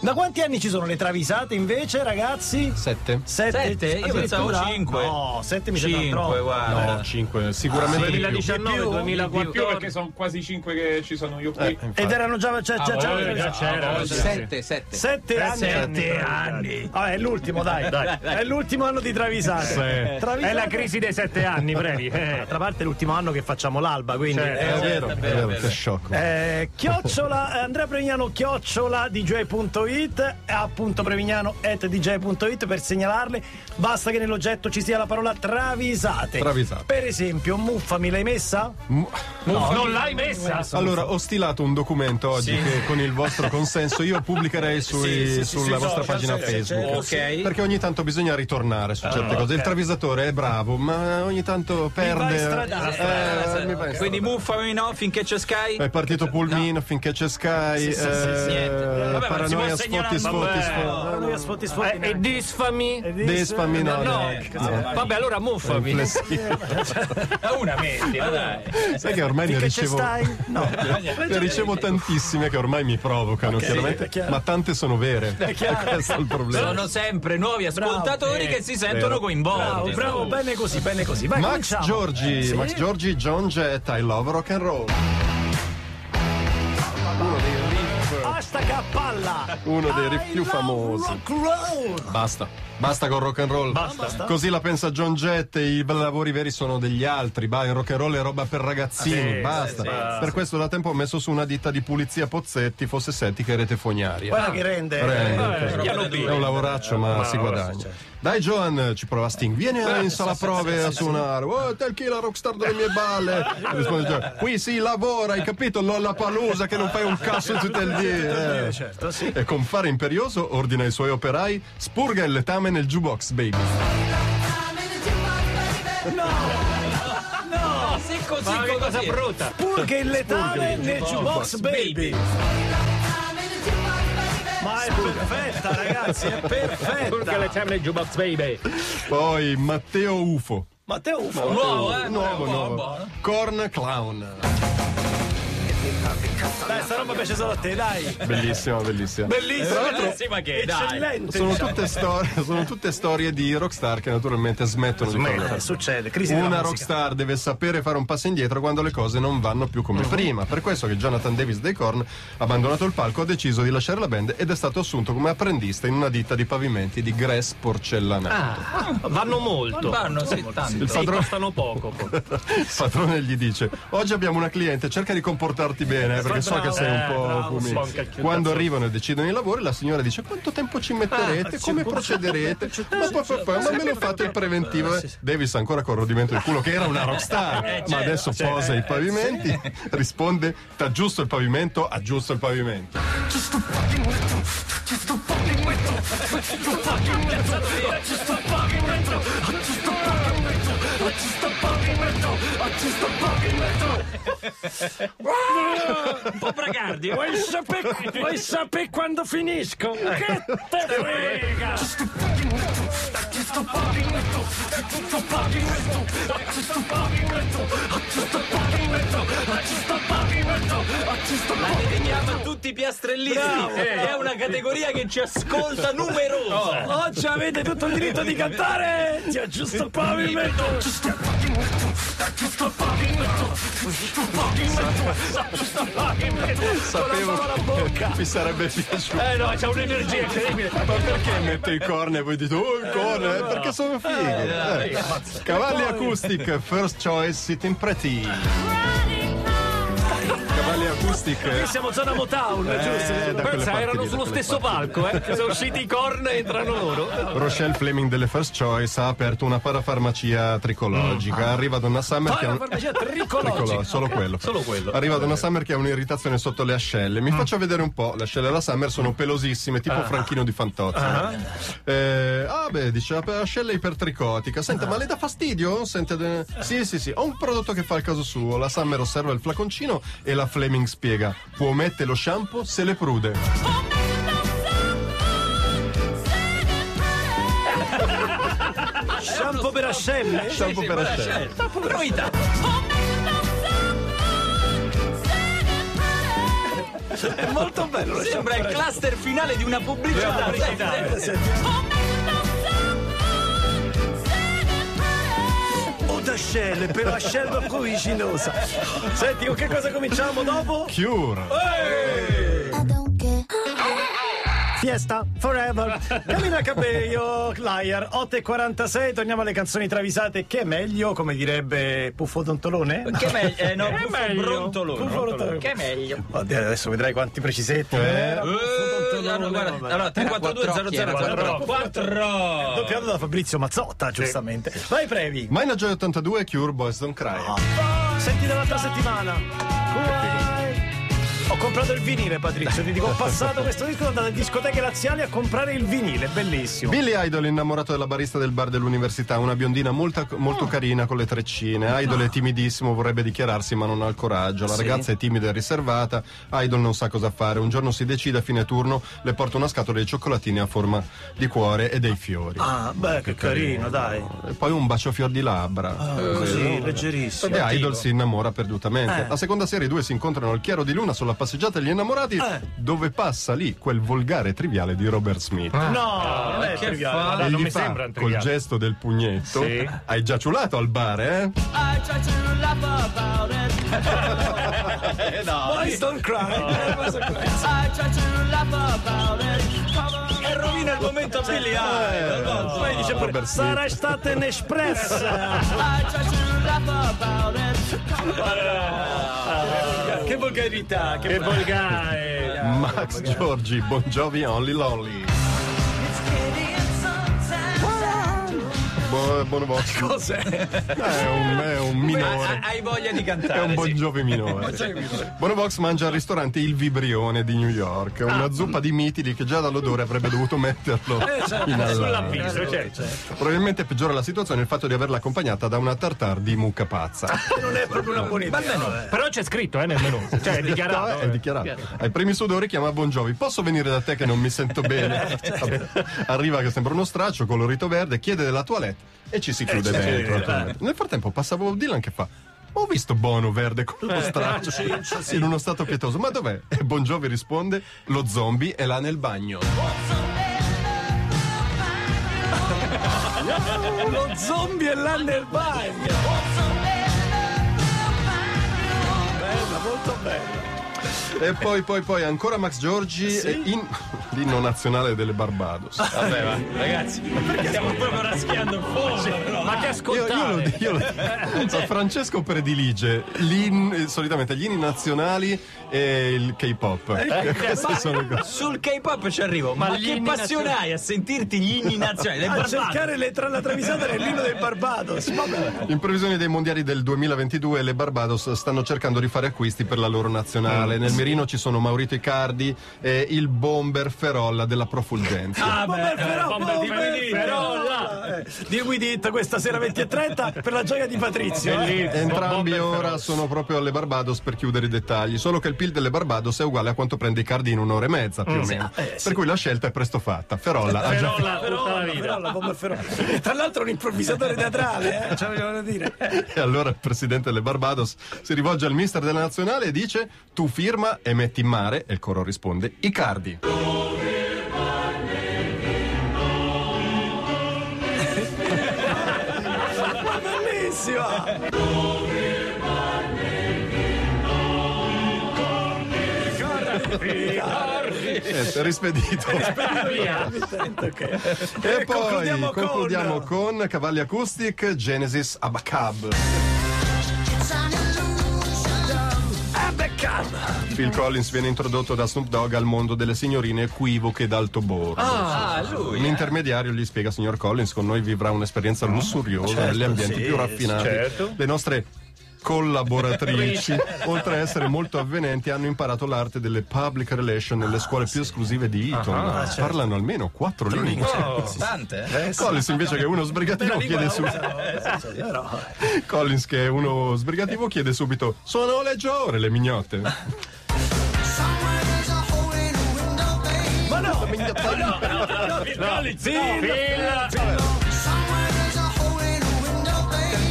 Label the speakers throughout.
Speaker 1: Da quanti anni ci sono le travisate invece, ragazzi?
Speaker 2: Sette.
Speaker 1: Sette?
Speaker 3: Sette? Io
Speaker 1: Addirittura?
Speaker 3: pensavo cinque.
Speaker 1: No, sette mi
Speaker 3: Cinque,
Speaker 1: sembra troppo.
Speaker 3: guarda.
Speaker 1: No.
Speaker 2: 5, sicuramente di più.
Speaker 3: 2019,
Speaker 1: Di più?
Speaker 4: Di più
Speaker 3: 2014.
Speaker 4: perché sono quasi 5 che ci sono io qui.
Speaker 2: Eh, infatti.
Speaker 1: Ed erano già... Cioè, già, già-
Speaker 4: voglia, già c'era. eh,
Speaker 3: Ah,
Speaker 4: sì.
Speaker 5: Sette, sette.
Speaker 1: Sette anni.
Speaker 3: sette anni.
Speaker 1: Ah, è l'ultimo, dai, dai. È l'ultimo anno di travisate.
Speaker 2: Sì.
Speaker 1: Travisate-
Speaker 6: È la crisi dei sette anni, brevi. Eh.
Speaker 1: D'altra parte è l'ultimo anno che facciamo l'alba, quindi...
Speaker 2: È
Speaker 1: Eh,
Speaker 2: vero, è vero, che sciocco.
Speaker 1: Eh, chiocciola eh, Andrea Prevignano chiocciola dj.it eh, appunto prevignano at dj.it per segnalarle basta che nell'oggetto ci sia la parola travisate
Speaker 2: Travisate.
Speaker 1: per esempio muffa mi l'hai messa? Eh,
Speaker 6: non l'hai messa.
Speaker 2: Allora, ho stilato un documento oggi che con il vostro consenso io pubblicherei sui-
Speaker 3: Sì, sì, sì,
Speaker 2: sulla
Speaker 3: sui
Speaker 2: vostra
Speaker 3: social,
Speaker 2: pagina
Speaker 3: sì, certo,
Speaker 2: Facebook.
Speaker 3: sì, sì. Ok. Ah,
Speaker 2: Perché ogni tanto bisogna ritornare su certe cose. Il travisatore è bravo, ma ogni tanto perde.
Speaker 1: stradare.
Speaker 2: Eh,
Speaker 3: Eh,
Speaker 2: mi Eh, va in
Speaker 3: Quindi
Speaker 2: stradare.
Speaker 3: muffami no finché c'è Sky.
Speaker 2: È partito Pulmino finché c'è Sky.
Speaker 1: Sì, sì, sì,
Speaker 2: eh,
Speaker 3: niente. Vabbè, ma non si può
Speaker 2: paranoia,
Speaker 3: segnalare-
Speaker 2: sfotti, sfotti,
Speaker 1: eh,
Speaker 6: Vabbè.
Speaker 2: sfotti.
Speaker 1: Noi a sfotti sfotti
Speaker 6: Eh, E
Speaker 1: neanche.
Speaker 6: disfami.
Speaker 1: E dis-
Speaker 2: Despami no,
Speaker 6: No,
Speaker 2: dai.
Speaker 1: che
Speaker 2: No.
Speaker 6: Vabbè, allora muffami.
Speaker 3: È una mente, dai.
Speaker 2: Sai che ormai ne
Speaker 1: Finché c'è
Speaker 2: ricevo,
Speaker 1: stai? No. Eh,
Speaker 2: ne ricevo tantissime che ormai mi provocano,
Speaker 1: è
Speaker 2: chiaramente,
Speaker 1: chiaro.
Speaker 2: ma tante sono vere.
Speaker 1: chiaro.
Speaker 2: Questo è il problema.
Speaker 3: Sono sempre nuovi ascoltatori che si
Speaker 2: Vero.
Speaker 3: sentono
Speaker 1: Bravo,
Speaker 3: coinvolti.
Speaker 1: bravo, bene così, bene così. Vai,
Speaker 2: Max
Speaker 1: cominciamo.
Speaker 2: Giorgi,
Speaker 1: Eh, sì.
Speaker 2: Max Giorgi, John Jett, I love rock and roll. Uno dei riff,
Speaker 1: Hashtag a palla.
Speaker 2: uno dei riff
Speaker 1: I
Speaker 2: più
Speaker 1: love
Speaker 2: famosi.
Speaker 1: rock roll.
Speaker 2: Basta, basta con rock and roll.
Speaker 1: Basta.
Speaker 2: Così la pensa John Jett, i lavori veri sono degli altri, bah, il rock and roll è roba per ragazzini,
Speaker 6: Sì,
Speaker 2: basta.
Speaker 6: sì,
Speaker 2: per questo da tempo ho messo su una ditta di pulizia Pozzetti, fosse Setti che rete fognaria.
Speaker 1: Guarda che rende. eh,
Speaker 2: Prendete. è un lavoraccio, ma si guadagna. Dai, Joan, ci prova Sting. Vieni in sala prove a suonare. Oh, te il killer rockstar delle mie balle. Risponde Joan. Qui si lavora, hai capito? L'olla palusa che non fai un cazzo tutto il dia. eh.
Speaker 1: Certo, sì.
Speaker 2: E con fare imperioso ordina ai suoi operai: spurga il letame nel jukebox, baby.
Speaker 3: No, se così
Speaker 6: Ma che cosa
Speaker 3: così.
Speaker 6: brutta.
Speaker 1: Purché il letame nel jukebox baby. Ma è perfetta, ragazzi, è
Speaker 6: Perché
Speaker 1: perfetta.
Speaker 6: le temme jukebox baby.
Speaker 2: Poi Matteo Ufo.
Speaker 1: Matteo Ufo.
Speaker 3: Nuovo, eh?
Speaker 2: Nuovo,
Speaker 3: Buono,
Speaker 2: nuovo.
Speaker 3: buono.
Speaker 2: Corn Clown.
Speaker 1: Dai, sta roba piace solo a te, dai.
Speaker 2: Bellissimo, bellissimo.
Speaker 1: Bellissimo.
Speaker 3: Bellissima che, dai.
Speaker 1: Eccellente.
Speaker 2: Sono tutte, storie, sono tutte storie di rockstar che naturalmente smettono di
Speaker 1: Eh,
Speaker 2: parlare.
Speaker 1: Succede, crisi della
Speaker 2: Una
Speaker 1: musica.
Speaker 2: rockstar deve sapere fare un passo indietro quando le cose non vanno più
Speaker 1: Mhm.
Speaker 2: come prima. Per questo che Jonathan Davis dei Korn, abbandonato il palco, ha deciso di lasciare la band ed è stato assunto come apprendista in una ditta di pavimenti di Gress
Speaker 1: Ah,
Speaker 2: porcellanato.
Speaker 6: Vanno molto.
Speaker 3: Vanno, sì, tanto.
Speaker 2: il,
Speaker 6: Sì,
Speaker 2: padrone,
Speaker 6: costano poco. poi.
Speaker 2: il padrone gli dice: Oggi abbiamo una cliente, cerca di comportarti bene, eh, perché so
Speaker 1: bravo,
Speaker 2: che sei un
Speaker 6: eh,
Speaker 2: po'
Speaker 6: bravo,
Speaker 2: fumino."
Speaker 6: un po' incacchiottato.
Speaker 2: Quando arrivano e decidono i lavori, la signora dice: Quanto tempo ci metterete? come procederete? Ma, poi- poi- poi- ma me lo fate il preventivo. eh?" Davis, ancora con rodimento del culo, che era una rockstar, ma adesso posa i pavimenti. Risponde: T'aggiusto il pavimento, aggiusto il pavimento.
Speaker 3: Un po' bragardi.
Speaker 6: Vuoi sapere, vuoi sapere quando finisco? Che te frega!
Speaker 3: La riteniamo tutti i piastrellisti. È una categoria che ci ascolta numerosa.
Speaker 1: Oggi avete tutto il diritto di cantare! Ti aggiusto il pavimento!
Speaker 2: Sapevo che vi sarebbe piaciuto.
Speaker 6: Eh no, c'è un'energia incredibile.
Speaker 2: Ma perché mette i corni e poi dite oh il corno? Eh, Perché sono fighi. Eh. Cavalli Acoustic, first choice, sitting pretty. Cavalli Acoustic.
Speaker 6: Siamo zona Motown, giusto?
Speaker 2: Eh, da quelle
Speaker 6: Pensa,
Speaker 2: parti
Speaker 6: erano
Speaker 2: lì, da
Speaker 6: sullo
Speaker 2: quelle
Speaker 6: stesso palco, eh. Sono usciti i corn e entrano loro.
Speaker 2: Rochelle Fleming delle First Choice ha aperto una parafarmacia tricologica. Arriva Donna Summer che ha un...
Speaker 1: Farmacia tricologica!
Speaker 2: Tricolo- solo quello. Mm. Arriva Donna Summer che ha un'irritazione sotto le ascelle. Mi faccio vedere un po'. Le ascelle della Summer sono pelosissime, tipo Franchino di Fantozzi. Eh, ah, beh, dice "Ap- ascella ipertricotica. Senta, ma le dà fastidio? Sente, de- Sì, sì, sì. Ho un prodotto che fa il caso suo. La Summer osserva il flaconcino e la Fleming spiega: può mettere lo shampoo se le prude.
Speaker 1: Shampoo per ascelle!
Speaker 2: Shampoo per ascelle.
Speaker 3: Novità.
Speaker 1: È molto bello. lo
Speaker 3: Sembra il
Speaker 1: shampoo.
Speaker 3: cluster finale di una pubblicità. Senti, senti.
Speaker 1: O d'ascelle, per l'ascelle troppo vicinosa. Senti, con che cosa cominciamo dopo?
Speaker 2: Cure.
Speaker 5: I don't care.
Speaker 1: Fiesta Forever Camilla Cabello Liar 8.46 torniamo alle canzoni travisate che è meglio come direbbe Puffo Tontolone
Speaker 3: Che meglio? Eh no,
Speaker 6: Che
Speaker 3: Puffo
Speaker 6: meglio?
Speaker 3: Brontolone.
Speaker 1: Puffo Brontolone.
Speaker 3: Che meglio?
Speaker 1: Oddio, adesso vedrai quanti precisetti eh,
Speaker 3: Eh, allora, guarda, allora 342
Speaker 6: 4 4
Speaker 1: doppiato da Fabrizio Mazzotta giustamente vai Previ
Speaker 2: Mina Joy 82 Cure Boys Don't Cry.
Speaker 1: senti dall'altra settimana Vai. ho comprato il vinile Patrizio ti dico ho passato questo disco sono andato alle discoteche laziali a comprare il vinile bellissimo
Speaker 2: Billy Idol innamorato della barista del bar dell'università, una biondina molta- molto carina con le treccine. Idol è timidissimo, vorrebbe dichiararsi ma non ha il coraggio. La ragazza è timida e riservata. Idol non sa cosa fare. Un giorno si decide a fine turno, le porta una scatola di cioccolatini a forma di cuore e dei fiori.
Speaker 1: ah beh che carino dai
Speaker 2: E poi un bacio di labbra.
Speaker 1: Ah. così leggerissimo
Speaker 2: E Idol si innamora perdutamente. A seconda serie i due si incontrano al chiaro di luna sulla passeggiata degli innamorati, dove passa lì quel volgare e triviale di Robert Smith.
Speaker 1: No, eh, non è
Speaker 3: che
Speaker 1: triviale.
Speaker 3: fa?
Speaker 2: e
Speaker 6: non
Speaker 2: gli
Speaker 6: mi
Speaker 2: Ah, fa
Speaker 6: sembra un
Speaker 2: col
Speaker 6: triviale.
Speaker 2: gesto del pugnetto:
Speaker 6: Sì.
Speaker 2: Hai già ciulato al bar, eh?
Speaker 3: I try to laugh about it. Eh, no.
Speaker 1: Boys don't cry.
Speaker 3: I try to laugh about it. E Eh, rovina il momento a Billy Idol. no? Poi dice pure
Speaker 2: Robert Smith.
Speaker 1: Sarà stata in espresso.
Speaker 3: I try to laugh about it.
Speaker 1: che volgarità, che
Speaker 6: Che volgare!
Speaker 2: Max Giorgi, Bon Jovi, Only Lonely. Bu- buon voto.
Speaker 1: cos'è?
Speaker 2: È un, è un
Speaker 3: Hai
Speaker 2: minore.
Speaker 3: hai voglia di
Speaker 2: È
Speaker 3: cantare?
Speaker 2: un
Speaker 3: ah, sì.
Speaker 2: Bon Jovi minore. Bonovox mangia al ristorante Il Vibrione di New York, una zuppa di mitili che già dall'odore avrebbe dovuto metterlo in allarme.
Speaker 6: Sull'avviso, certo.
Speaker 2: Probabilmente peggiora la situazione il fatto di averla accompagnata da una tartar di mucca pazza.
Speaker 1: Non è proprio una buona idea.
Speaker 6: Però c'è scritto, eh, nel menù. Cioè, è
Speaker 2: No, è
Speaker 1: eh.
Speaker 6: dichiarato.
Speaker 2: dichiarato. Ai primi sudori chiama Bon Jovi. Posso venire da te che non mi sento bene? Vabbè. Arriva che sembra uno straccio, colorito verde, chiede della toilette e ci si chiude dentro. naturalmente. Nel frattempo passa Bob Dylan che fa. Ho visto Bono verde con uno straccio in uno stato pietoso. Ma dov'è? E Bon Jovi risponde: Lo zombie è là nel bagno.
Speaker 1: Lo zombie è là nel bagno. Bella, molto bella.
Speaker 2: E poi, poi, poi ancora Max Giorgi e in- l'inno nazionale delle Barbados.
Speaker 3: Vabbè, va, ragazzi.
Speaker 6: Stiamo proprio raschiando il fondo. Ma che
Speaker 2: Io, io lo,
Speaker 6: ascoltare?
Speaker 2: io lo- Francesco predilige gli in- solitamente gli inni nazionali e il K-pop. Ecco, Queste sono le cose.
Speaker 3: Sul K-pop ci arrivo, ma,
Speaker 6: Ma gli
Speaker 3: che
Speaker 6: inni
Speaker 3: passione
Speaker 6: nazionali-
Speaker 3: hai a sentirti gli inni nazionali? Le
Speaker 1: A
Speaker 3: barbate.
Speaker 1: Ah, cercare le tra la travisata nell'ino del Barbados. Vabbè.
Speaker 2: In previsione dei mondiali del 2022 le Barbados stanno cercando di fare acquisti per la loro nazionale. Nel mirino ci sono Maurito Icardi e il bomber Ferolla della Profulgenza.
Speaker 1: Ah, beh, però,
Speaker 6: bomber di Guidi, però, là.
Speaker 1: eh, di Guidit questa sera 20 e 30 per la gioia di Patrizio. eh.
Speaker 6: Bellissimo.
Speaker 2: Entrambi
Speaker 6: Bomber
Speaker 2: ora
Speaker 6: feroce.
Speaker 2: sono proprio alle Barbados per chiudere i dettagli, solo che il PIL delle Barbados è uguale a quanto prende Icardi in un'ora e mezza più o meno. Per cui la scelta è presto fatta. Ferolla ha già
Speaker 6: Però la tutta la vita.
Speaker 1: Però la bomba è feroce. E tra l'altro è un improvvisatore teatrale, eh? ce lo vogliono dire.
Speaker 2: E allora il presidente delle Barbados si rivolge al mister della nazionale e dice: Tu firma e metti in mare. E il coro risponde: Icardi.
Speaker 1: Ma bellissima!
Speaker 2: Eh, rispedito.
Speaker 6: Via.
Speaker 2: e poi
Speaker 1: concludiamo
Speaker 2: concludiamo,
Speaker 1: con-
Speaker 2: con... Cavalli Acoustic Genesis Abacab. Phil Collins viene introdotto da Snoop Dogg al mondo delle signorine equivoche d'altoborgo.
Speaker 3: Ah, lui.
Speaker 2: Un intermediario gli spiega, signor Collins, con noi vivrà un'esperienza lussuriosa negli ambienti più raffinati. Le nostre collaboratrici, oltre a essere molto avvenenti, hanno imparato l'arte delle public relations nelle scuole più esclusive di Eton. Parlano almeno quattro lingue.
Speaker 3: Tante, eh?
Speaker 2: Collins invece che è uno sbrigativo chiede subito Eh, Collins che è uno sbrigativo chiede subito sono le giore le mignotte
Speaker 1: Ma no! Phil Collins, no!
Speaker 6: Phil,
Speaker 2: tempo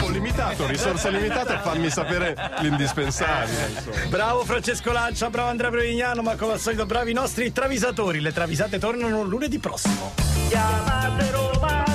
Speaker 2: limitato limitato, risorse limitate, fammi sapere l'indispensabile. insomma.
Speaker 1: Bravo Francesco Lancia, bravo Andrea Prevignano, ma come al solito bravi i nostri travisatori. Le travisate tornano lunedì prossimo.
Speaker 7: chiamate Roma